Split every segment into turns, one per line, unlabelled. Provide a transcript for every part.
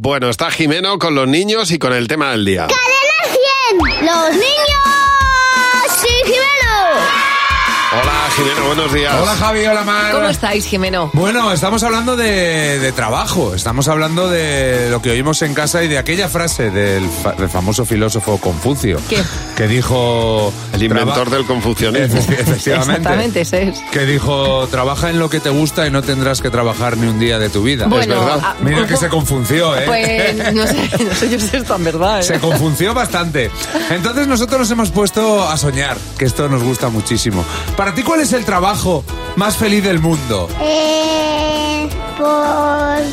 Bueno, está Jimeno con los niños y con el tema del día.
¡Cadena 100! ¡Los niños! ¡Sí,
Hola Jimeno, buenos días.
Hola Javi, hola Mar.
¿Cómo estáis, Jimeno?
Bueno, estamos hablando de, de trabajo, estamos hablando de lo que oímos en casa y de aquella frase del, fa- del famoso filósofo Confucio.
¿Qué?
Que dijo...
El inventor
"Traba-
del confucianismo.
Efe- Efectivamente.
Exactamente, ese es.
Que dijo, trabaja en lo que te gusta y no tendrás que trabajar ni un día de tu vida.
Bueno,
Es verdad.
a-
Mira
un
que
po-
se confundió, ¿eh?
Pues no sé, no sé yo si es tan verdad. ¿eh?
Se confundió bastante. Entonces nosotros nos hemos puesto a soñar, que esto nos gusta muchísimo. Para ti, ¿cuál es el trabajo más feliz del mundo?
Eh, pues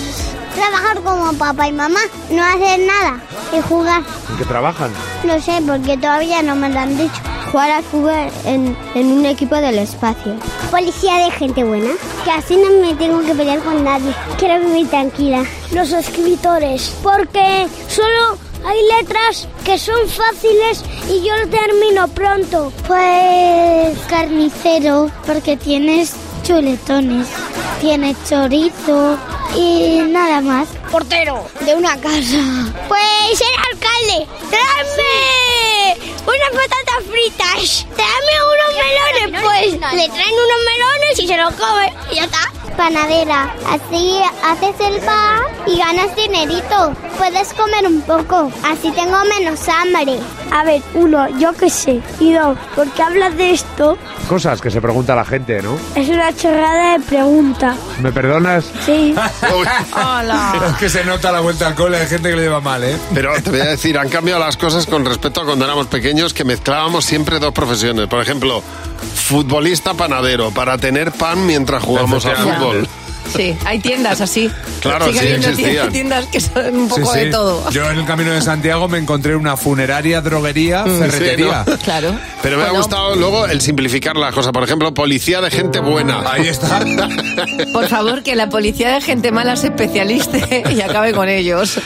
trabajar como papá y mamá, no hacer nada y jugar.
¿En qué trabajan?
No sé, porque todavía no me lo han dicho. Jugar a jugar en, un equipo del espacio. Policía de gente buena. Que así no me tengo que pelear con nadie. Quiero vivir tranquila. Los escritores. Porque solo hay letras que son fáciles y yo lo termino pronto. Pues carnicero, porque tienes chuletones. Tiene chorizo y nada más. Portero de una casa. Pues ser alcalde. ¡Tráeme unas patatas fritas! ¡Tráeme unos melones! Pues le traen unos melones y se los come y ya está. Panadera, así haces el pan y ganas dinerito. Puedes comer un poco, así tengo menos hambre. A ver, uno, yo qué sé. Y dos, ¿por qué hablas de esto?
Cosas que se pregunta la gente, ¿no?
Es una chorrada de pregunta.
¿Me perdonas?
Sí.
Uy,
Hola.
Es que se nota la vuelta al cole, hay gente que le lleva mal, ¿eh?
Pero te voy a decir, han cambiado las cosas con respecto a cuando éramos pequeños, que mezclábamos siempre dos profesiones. Por ejemplo, futbolista panadero, para tener pan mientras jugábamos al
Efectivamente.
fútbol.
Sí, hay tiendas así.
Claro,
Sigue
sí,
habiendo
existían.
tie- tiendas que son un poco
Sí, sí.
de todo.
Yo en el camino de Santiago me encontré una funeraria, droguería,
Mm.
ferretería.
sí,
Claro.
Pero me ha
Bueno,
gustado luego el simplificar las cosas. Por ejemplo, policía de gente buena.
Ahí está.
Por favor, que la policía de gente mala se especialiste y acabe con ellos.